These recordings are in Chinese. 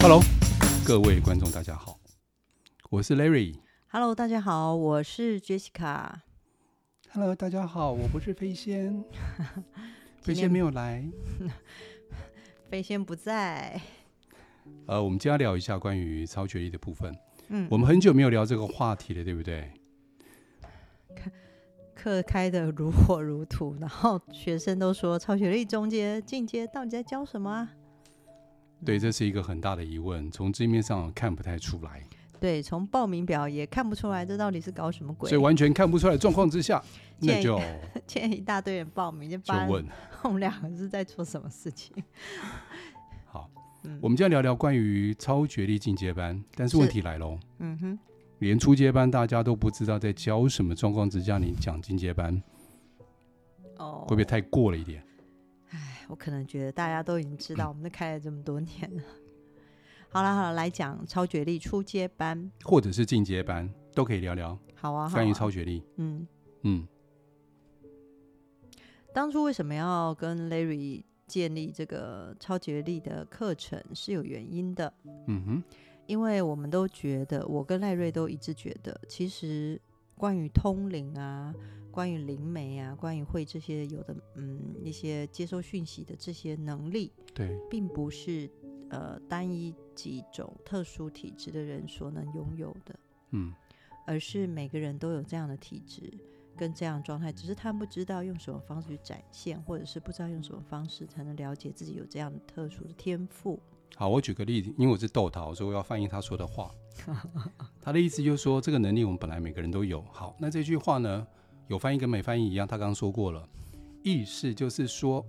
Hello，各位观众，大家好，我是 Larry。 Hello，大家好，我是 Jessica。 Hello，大家好，我不是飞 仙，飞仙今天没有来。飞仙不在，呃，我们今天要聊一下关于超学历的部分。嗯我们很久没有聊这个话题了，对不对？课开的如火如荼，然后学生都说超学历、中阶、进阶到底在教什么啊？对，这是一个很大的疑问，从字面上看不太出来，对，从报名表也看不出来这到底是搞什么鬼所 以。完全看不出来的状况之下，那建议就现在一大堆人报名，就就发现问。 我们两个是在做什么事情。好，嗯我们今天聊聊关于超学历进阶班，但是是问题来喽，嗯哼，连初阶班大家都不知道在教什么状况之下，你讲进阶班哦，会不会太过了一点？我可能觉得大家都已经知道，我们都开了这么多年了。 好了好了，来讲超学历初阶班，或者是进阶班都可以聊聊好啊，好啊关于超学历。嗯。嗯，当初为什么要跟 Larry 建立这个超觉力的课程是有原因的，嗯哼，因为我们都觉得，我跟赖瑞都一致觉得，其实关于通灵啊，关于灵媒啊，关于会这些有的嗯一些接收讯息的这些能力，对，并不是呃单一几种特殊体质的人所能拥有的。嗯，而是每个人都有这样的体质跟这样的状态，只是他们不知道用什么方式去展现，或者是不知道用什么方式才能了解自己有这样的特殊的天赋。好，我举个例子，因为我是豆桃，所以我要翻译他说的 话。他的意思就是说，这个能力我们本来每个人都有。好，那这句话呢，有翻译跟没翻译一样，他刚刚说过了，意思就是说，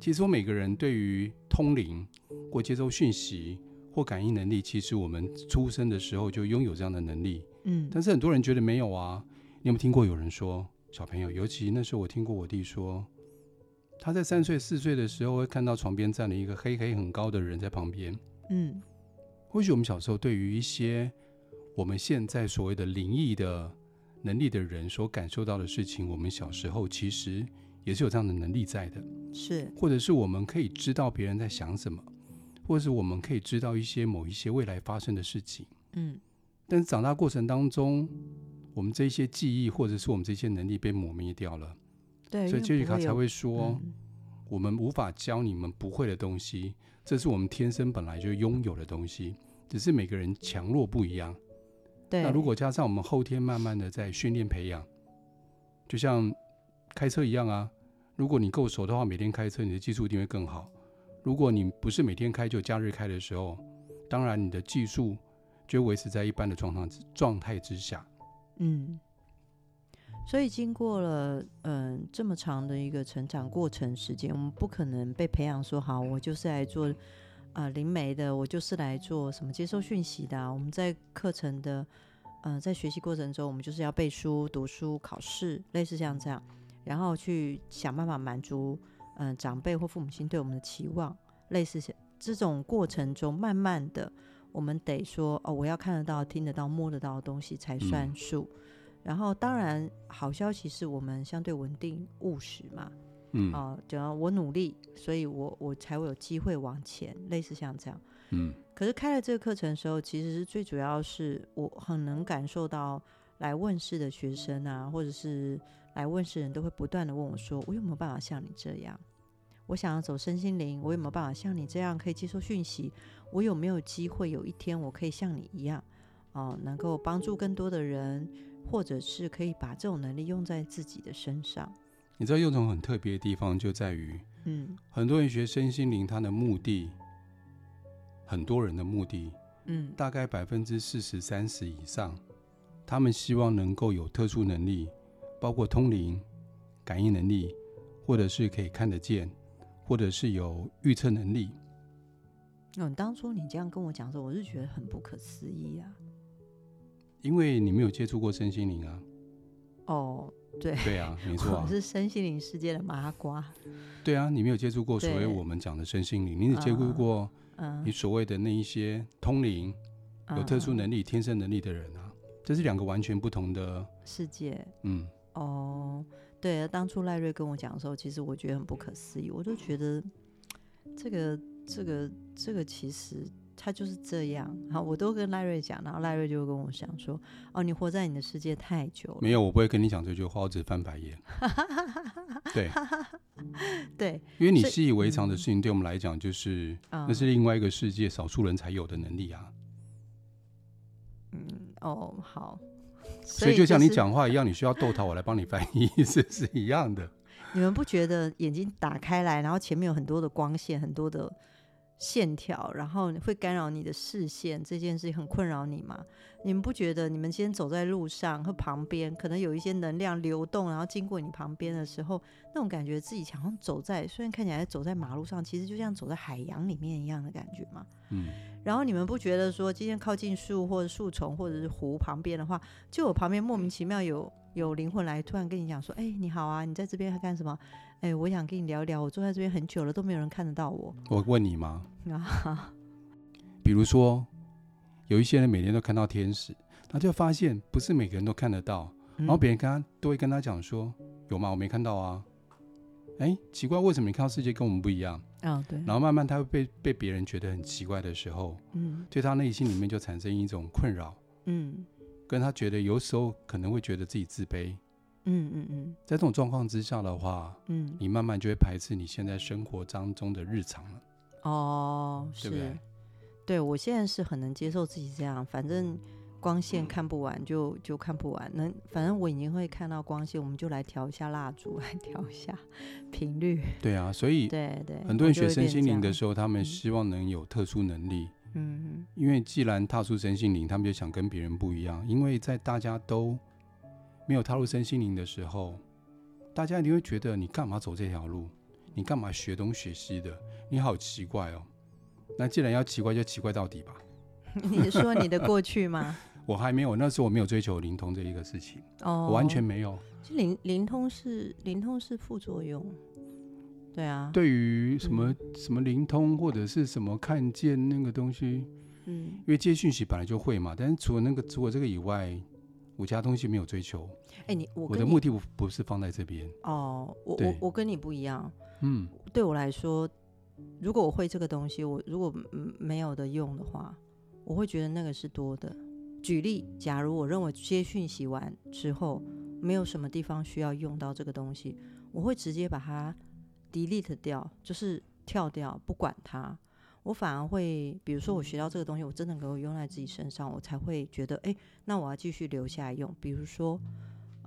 其实我每个人对于通灵或接收讯息或感应能力，其实我们出生的时候就拥有这样的能力。嗯但是很多人觉得没有啊。你有没有听过有人说，小朋友，尤其那时候我听过我弟说，他在三岁四岁的时候会看到床边站了一个黑黑很高的人在旁边。嗯，或许我们小时候对于一些我们现在所谓的灵异的能力的人所感受到的事情，我们小时候其实也是有这样的能力在的，嗯是或者是我们可以知道别人在想什么，或者是我们可以知道一些某一些未来发生的事情。嗯但是长大过程当中，我们这些记忆或者是我们这些能力被磨灭掉了，对，所以因为 Jessica 不会才有会啊说，嗯我们无法教你们不会的东西，这是我们天生本来就拥有的东西，只是每个人强弱不一样。对，嗯那如果加上我们后天慢慢的在训练培养，就像开车一样啊，如果你够熟的话，每天开车你的技术一定会更好。如果你不是每天开，就假日开的时候，当然你的技术就会维持在一般的状况之状态之下。嗯。所以经过了嗯、这么长的一个成长过程时间，我们不可能被培养说好，我就是来做啊灵媒的，我就是来做什么接收讯息的啊、我们在课程的呃在学习过程中，我们就是要背书、读书、考试，类似像这样，然后去想办法满足嗯、呃长辈或父母亲对我们的期望，类似像这种过程中，慢慢的我们得说哦，我要看得到、听得到、摸得到的东西才算数。然后，当然，好消息是我们相对稳定务实嘛，嗯、哦，只要我努力，所以我我才会有机会往前，类似像这样。嗯，可是开了这个课程的时候，其实是最主要是我很能感受到来问世的学生啊，或者是来问世人都会不断的问我说，我有没有办法像你这样？我想要走身心灵，我有没有办法像你这样可以接受讯息？我有没有机会有一天我可以像你一样，哦、能够帮助更多的人，或者是可以把这种能力用在自己的身上？你知道有种很特别的地方就在于，嗯很多人学身心灵，他的目的，很多人的目的嗯，大概百分之四十三十以上，他们希望能够有特殊能力，包括通灵、感应能力，或者是可以看得见，或者是有预测能力。嗯，当初你这样跟我讲的时候，我是觉得很不可思议啊。因为你没有接触过身心 灵啊，哦，对啊，没错我啊， 是身心灵世界的麻瓜，对啊，你没有接触过所谓对我们讲的身心灵，你只接触啊过嗯，你所谓的那一些通灵、有特殊嗯能力、天生能力的人啊，这是两个完全不同的，世界嗯，哦，对，当初赖瑞跟我讲的时候，其实我觉得很不可思议，我就觉得这个这个这个其实他就是这样。好，我都跟赖瑞讲，然后赖瑞就会跟我讲说：“哦，你活在你的世界太久了。”没有，我不会跟你讲这句话，我只是翻白 眼。对，对，因为你所以嗯习以为常的事情，对我们来讲就是啊、那是另外一个世界少数人才有的能力啊。嗯，哦，好。所以就像你是，讲话一样，你需要逗他，我来帮你翻译， 是是一样的。你们不觉得眼睛打开来，然后前面有很多的光线，很多的线条，然后会干扰你的视线，这件事情很困扰你吗？你们不觉得你们今天走在路上和旁边，可能有一些能量流动，然后经过你旁边的时候，那种感觉自己好像走在，虽然看起来走在马路上，其实就像走在海洋里面一样的感觉吗？嗯，然后你们不觉得说今天靠近树或者树丛或者是湖旁边的话，就有旁边莫名其妙有有灵魂来突然跟你讲说，哎、你好啊，你在这边还干什么？哎、我想跟你聊一聊，我坐在这边很久了都没有人看得到我 我问你吗？啊，比如说，有一些人每天都看到天使，他就发现不是每个人都看得到，然然后别人跟他都会跟他讲说：“有吗？我没看到啊。”哎，奇怪，为什么你看到世界跟我们不一样？啊、对，然后慢慢他会被被别人觉得很奇怪的时候，嗯对他内心里面就产生一种困扰，嗯跟他觉得有时候可能会觉得自己自卑。嗯嗯嗯在这种状况之下的话，嗯，你慢慢就会排斥你现在生活当中的日常了，哦，是，对不对？对我现在是很能接受自己这样，反正光嗯线看不完就就看不完，能反正我已经会看到光线，我们就来调一下蜡烛，来调一下 频率，对啊，所以对对。很多人学身身心灵的时候，他嗯们希望能有特殊能力，候，嗯因为既然踏出身心灵，他们就想跟别人不一样。因为在大家都没有踏入身心灵的时候，大家一定会觉得你干嘛走这条路？你干嘛学东学西的？你好奇怪哦。那既然要奇怪，就奇怪到底吧。哼，嗯 你说你的过去吗？我还没有，那时候我没有追求灵通这一个事情，哦， 我完全没有。其实灵灵通是灵通是副作用，对啊，，对于什么、什么灵通或者是什么看见那个东西，因嗯，为这些讯息本来就会嘛。但是除了那个除了这个以外，我其他东西没有追求。哎、你我我跟的你目的不不是放在这边。哦，我我对我跟你不一样，嗯，对我来说，如果我会这个东西，我如果嗯没有的用的话，我会觉得那个是多的。举例，假如我认为接讯息完之后，没有什么地方需要用到这个东西，我会直接把它 delete 掉，就是跳掉，不管它。我反而会，比如说我学到这个东西，我真的给我用在自己身上，我才会觉得，哎，那我要继续留下来用。比如说，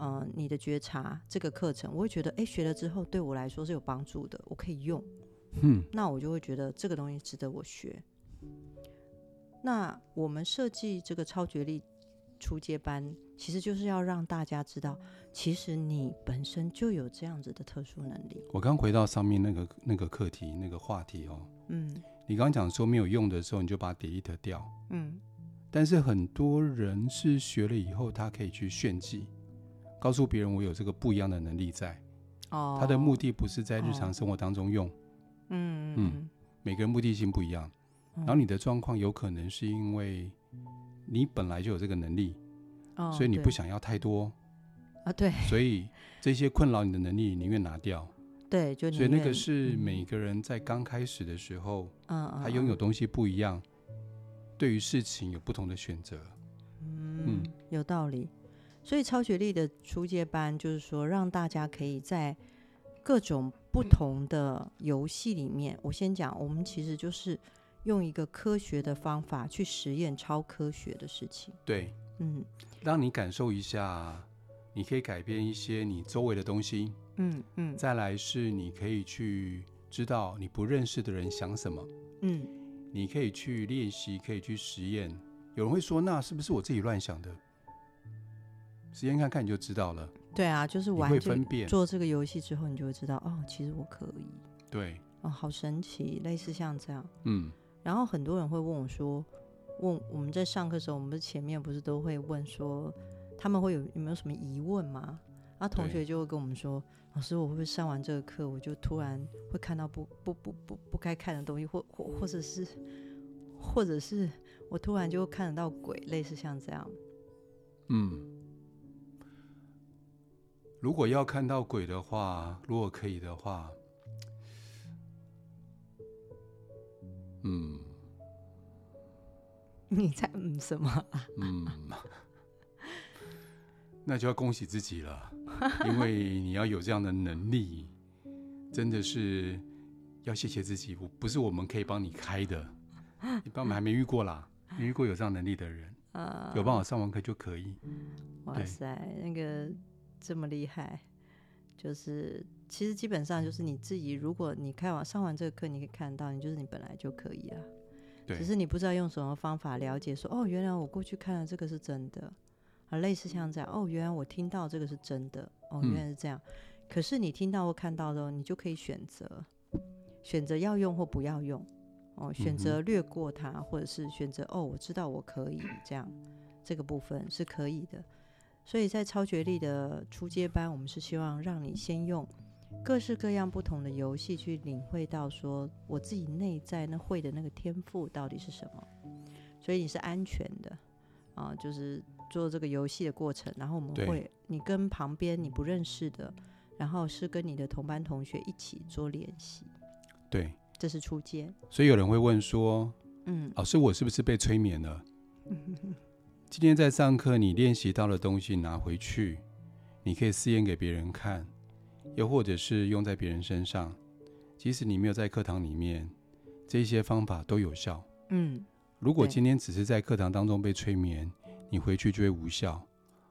嗯、你的觉察这个课程，我会觉得，哎，学了之后对我来说是有帮助的，我可以用。嗯，那我就会觉得这个东西值得我学。那我们设计这个超觉力初阶班，其实就是要让大家知道，其实你本身就有这样子的特殊能力。我刚回到上面那个那个课题那个话题哦，嗯你刚刚讲说没有用的时候你就把它 delete 掉，嗯但是很多人是学了以后，他可以去炫技，告诉别人我有这个不一样的能力在，哦，他的目的不是在日哦常生活当中用，嗯嗯嗯每个人目的性不一样，嗯，然后你的状况有可能是因为你本来就有这个能力，哦，所以你对不想要太多，啊？对所以这些困扰你的能力你宁愿拿掉，对，就所以 那宁个愿是嗯每个人在刚开始的时候。嗯嗯他拥有嗯东西不一样，对于事情有不同的选择。嗯，有道理。所以超学历的初阶班就是说，让大家可以在各种不同的游戏里面，我先讲，我们其实就是用一个科学的方法去实验超科学的事情。对，嗯让你感受一下，你可以改变一些你周围的东西。嗯嗯再来是你可以去知道你不认识的人想什么，嗯，你可以去练习，可以去实验。有人会说，那是不是我自己乱想的？实验看看你就知道了，对啊，就是你玩会这个分辨。做这个游戏之后，你就会知道哦，其实我可以对，哦，好神奇，类似像这样。嗯，然后很多人会问我说，问我们在上课的时候，我们不是前面不是都会问说，他们会有有没有什么疑问吗？然后同对学就会跟我们说，老师，我会不会上完这个课，我就突然会看到不不不不不该看的东西，或或或者是，或者是我突然就看得到鬼，类似像这样。 嗯，如果要看到鬼的话，如果可以的话，嗯，你在嗯什么？嗯， 那就要恭喜自己了，因为你要有这样的能力，真的是要谢谢自己，我不是我们可以帮你开的，一般我们还没遇过啦，没遇过有这样能力的人，啊，有办法上完课就可以。哇对塞，那个这么厉害，就是其实基本上就是你自己，如果你开完上完这个课，你可以看到，你就是你本来就可以啊。对只是你不知道用什么方法了解说，哦，原来我过去看了这个是真的，啊，类似像这样，哦，原来我听到这个是真的，哦，嗯原来是这样。可是你听到或看到的时候，你就可以选择，选择要用或不要用，哦，选择略过它，或者是选择哦，我知道我可以这样，这个部分是可以的。所以在超觉力的初阶班，我们是希望让你先用各式各样不同的游戏去领会到说我自己内在那会的那个天赋到底是什么，所以你是安全的啊、就是做这个游戏的过程，然后我们对会你跟旁边你不认识的，然后是跟你的同班同学一起做练习，对，这是初阶，所以有人会问说，嗯老师，哦我是不是被催眠了？今天在上课，你练习到的东西拿回去，你可以试验给别人看，又或者是用在别人身上。即使你没有在课堂里面，这些方法都有效。嗯，如果对今天只是在课堂当中被催眠，你回去就会无效。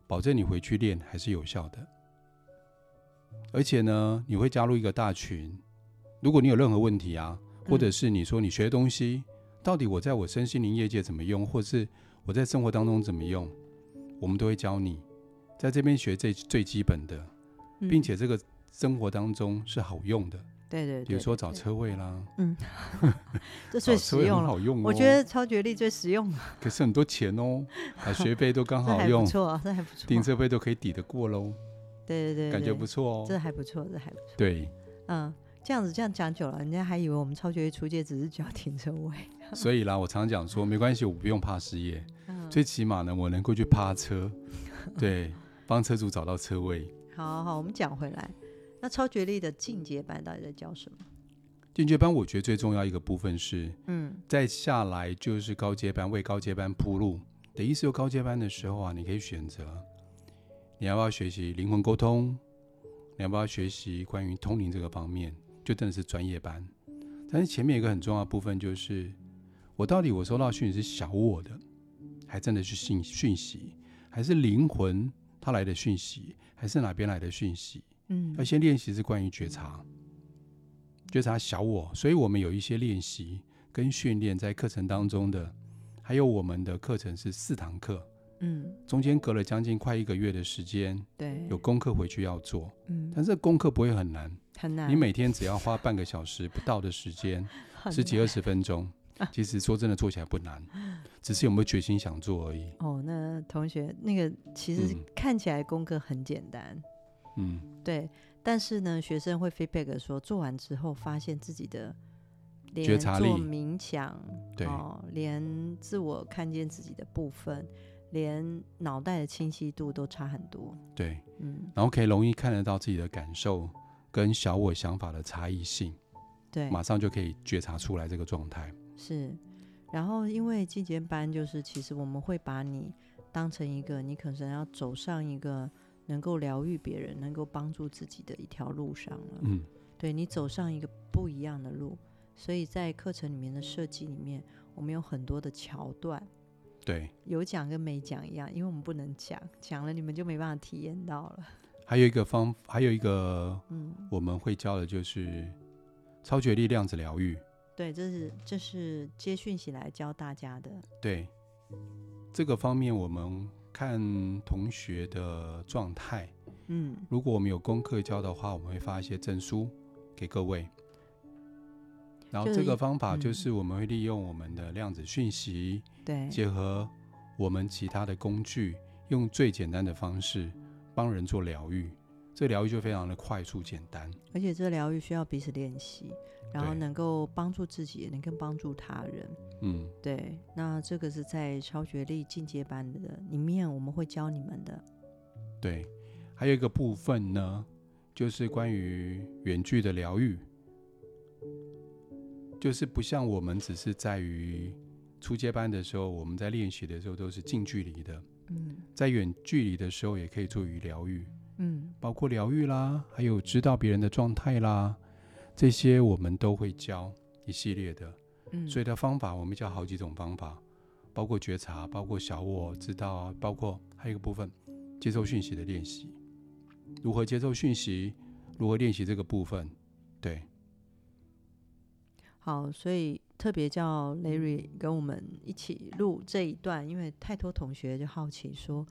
保证你回去练还是有效的。而且呢，你会加入一个大群，如果你有任何问题啊，或者嗯是你说你学的东西，到底我在我身心灵业界怎么用，或是我在生活当中怎么用，我们都会教你，在这边学最最基本的，嗯并且这个生活当中是好用的，对对对，比如说找对车位啦，这最找实车位用很了。好用哦，我觉得超觉力最实用了，可是很多钱哦，把学费都刚这好还不用，错啊，这还不错。订车费都可以抵得过喽，对对对，感觉对不错这哦，还不错，这还不错。对，嗯，这样子这样讲久了，人家还以为我们超绝出界只是交停车位。所以啦，我常讲说没关系，我不用怕失业。嗯，最起码呢，我能够去趴 车，对，帮车主找到车位。好好，我们讲回来，那超觉力的进阶班到底在教什么？进阶班我觉得最重要一个部分是，嗯再下来就是高阶班，为高阶班铺路。的意思，有高阶班的时候啊，你可以选择，你要不要学习灵魂沟通，你要不要学习关于通灵这个方面，就真的是专业班。但是前面有一个很重要的部分就是，我到底我收到讯息是小我的，还真的是信讯息，还是灵魂它来的讯息，还是哪边来的讯息？要嗯先练习是关于觉察，觉察小我，所以我们有一些练习跟训练在课程当中的，还有我们的课程是四堂课，嗯，中间隔了将近快一个月的时间，对，有功课回去要做，嗯但是功课不会很难，很难，你每天只要花半个小时不到的时间， 很十几难二十分钟，其实说真的做起来不难，只是有没有决心想做而已。哦，那同学那个其实嗯看起来功课很简单，嗯，对，但是呢，学生会 feedback 说做完之后发现自己的觉连察做力冥想，对哦，连自我看见自己的部分，连脑袋的清晰度都差很多。对，嗯，然后可以容易看得到自己的感受跟小我想法的差异性。对，马上就可以觉察出来这个状态。是。然后因为进阶班就是，其实我们会把你当成一个，你可能要走上一个能够疗愈别人、能够帮助自己的一条路上了。嗯，对你走上一个不一样的路。所以在课程里面的设计里面，我们有很多的桥段，对。有讲跟没讲一样，因为我们不能讲，讲了你们就没办法体验到了。还有一个方，还有一个嗯，我们会教的就是超觉力量子疗愈。对，这是这是接讯息来教大家的。对，这个方面我们看同学的状态，嗯，如果我们有功课教的话，我们会发一些证书给各位。然后就是这一个方法嗯就是我们会利用我们的量子讯息，对，结合我们其他的工具，用最简单的方式帮人做疗愈。这疗愈就非常的快速简单，而且这疗愈需要彼此练习，然后对能够帮助自己，也能够帮助他人。嗯，对，那这个是在超学历进阶班的里面，我们会教你们的。对。还有一个部分呢，就是关于远距的疗愈，就是不像我们只是在于初阶班的时候，我们在练习的时候都是近距离的，嗯在远距离的时候也可以做于疗愈，嗯包括疗愈啦，还有知道别人的状态啦，这些我们都会教一系列的。嗯，所以的方法我们教好几种方法，包括觉察，包括小我知道啊，包括还有一个部分接受讯息的练习，如何接受讯息，如何练习这个部分，对，好，所以特别叫 Larry 跟我们一起录这一段，因为太多同学就好奇说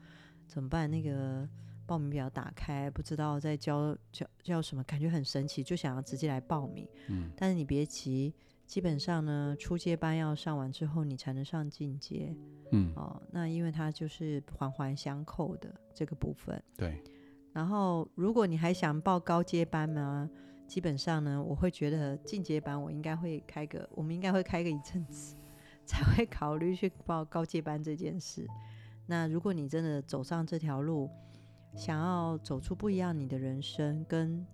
怎么办？那个报名表打开，不知道在教教教什么，感觉很神奇，就想要直接来报名。嗯，但是你别急，基本上呢，初阶班要上完之后，你才能上进阶嗯，哦。那因为它就是环环相扣的这个部分。对，然后，如果你还想报高阶班呢，基本上呢，我会觉得进阶班我应该会开个，我们应该会开个一阵子， 才会考虑去报高阶班这件事。那如果你真的走上这条路，想要走出不一样你的人生，跟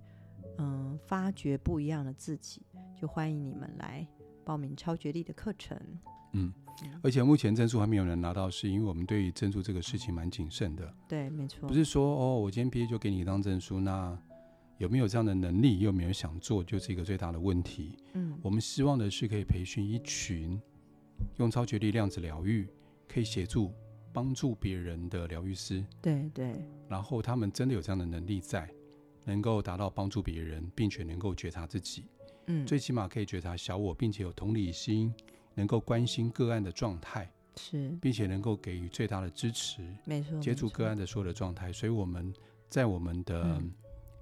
嗯发掘不一样的自己，就欢迎你们来报名超觉力的课程。嗯，而且目前证书还没有人拿到，是因为我们对于证书这个事情蛮谨慎的，对，没错，不是说哦，我今天毕业就给你一张证书，那有没有这样的能力，有没有想做，就是一个最大的问题。嗯我们希望的是可以培训一群用超觉力量子疗愈，可以协助帮助别人的疗愈师，对对，然后他们真的有这样的能力在，能够达到帮助别人，并且能够觉察自己，嗯，最起码可以觉察小我，并且有同理心，能够关心个案的状态，是并且能够给予最大的支持，没错，接嗯没触错个案的所有的状态。所以我们在我们的嗯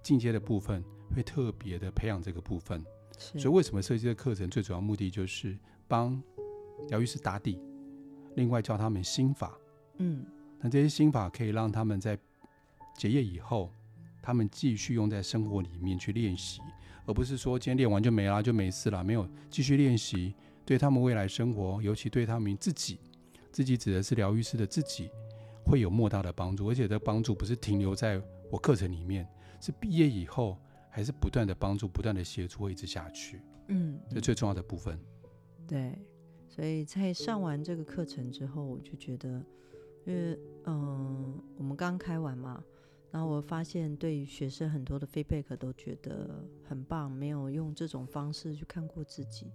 进阶的部分会特别的培养这个部分。是，所以为什么设计的课程最主要目的就是帮疗愈师打底，另外教他们心法。嗯。那这些心法可以让他们在结业以后，他们继续用在生活里面去练习，而不是说今天练完就没啦，就没事啦，没有继续练习，对他们未来生活，尤其对他们自己，自己指的是疗愈师的自己，会有莫大的帮助。而且这帮助不是停留在我课程里面，是毕业以后还是不断的帮助，不断的协助，会一直下去。嗯，这最重要的部分。对，所以在上完这个课程之后，我就觉得，因为嗯，我们刚开完嘛，然后我发现对于学生很多的 feedback 都觉得很棒，没有用这种方式去看过自己，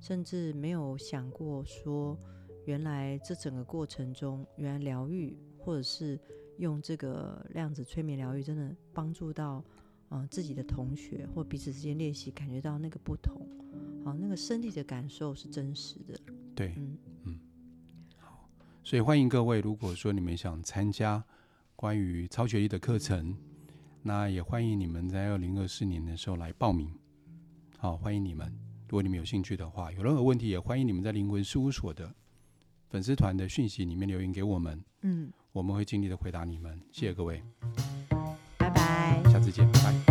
甚至没有想过说，原来这整个过程中，原来疗愈或者是用这个量子催眠疗愈，真的帮助到。呃，自己的同学或彼此之间练习，感觉到那个不同，好，那个身体的感受是真实的。对，嗯所以欢迎各位，如果说你们想参加关于超学历的课程，那也欢迎你们在二零二四年的时候来报名。好，欢迎你们。如果你们有兴趣的话，有任何问题也欢迎你们在灵魂事务所的粉丝团的讯息里面留言给我们，嗯，我们会尽力的回答你们。谢谢各位，拜拜。下次见，拜拜。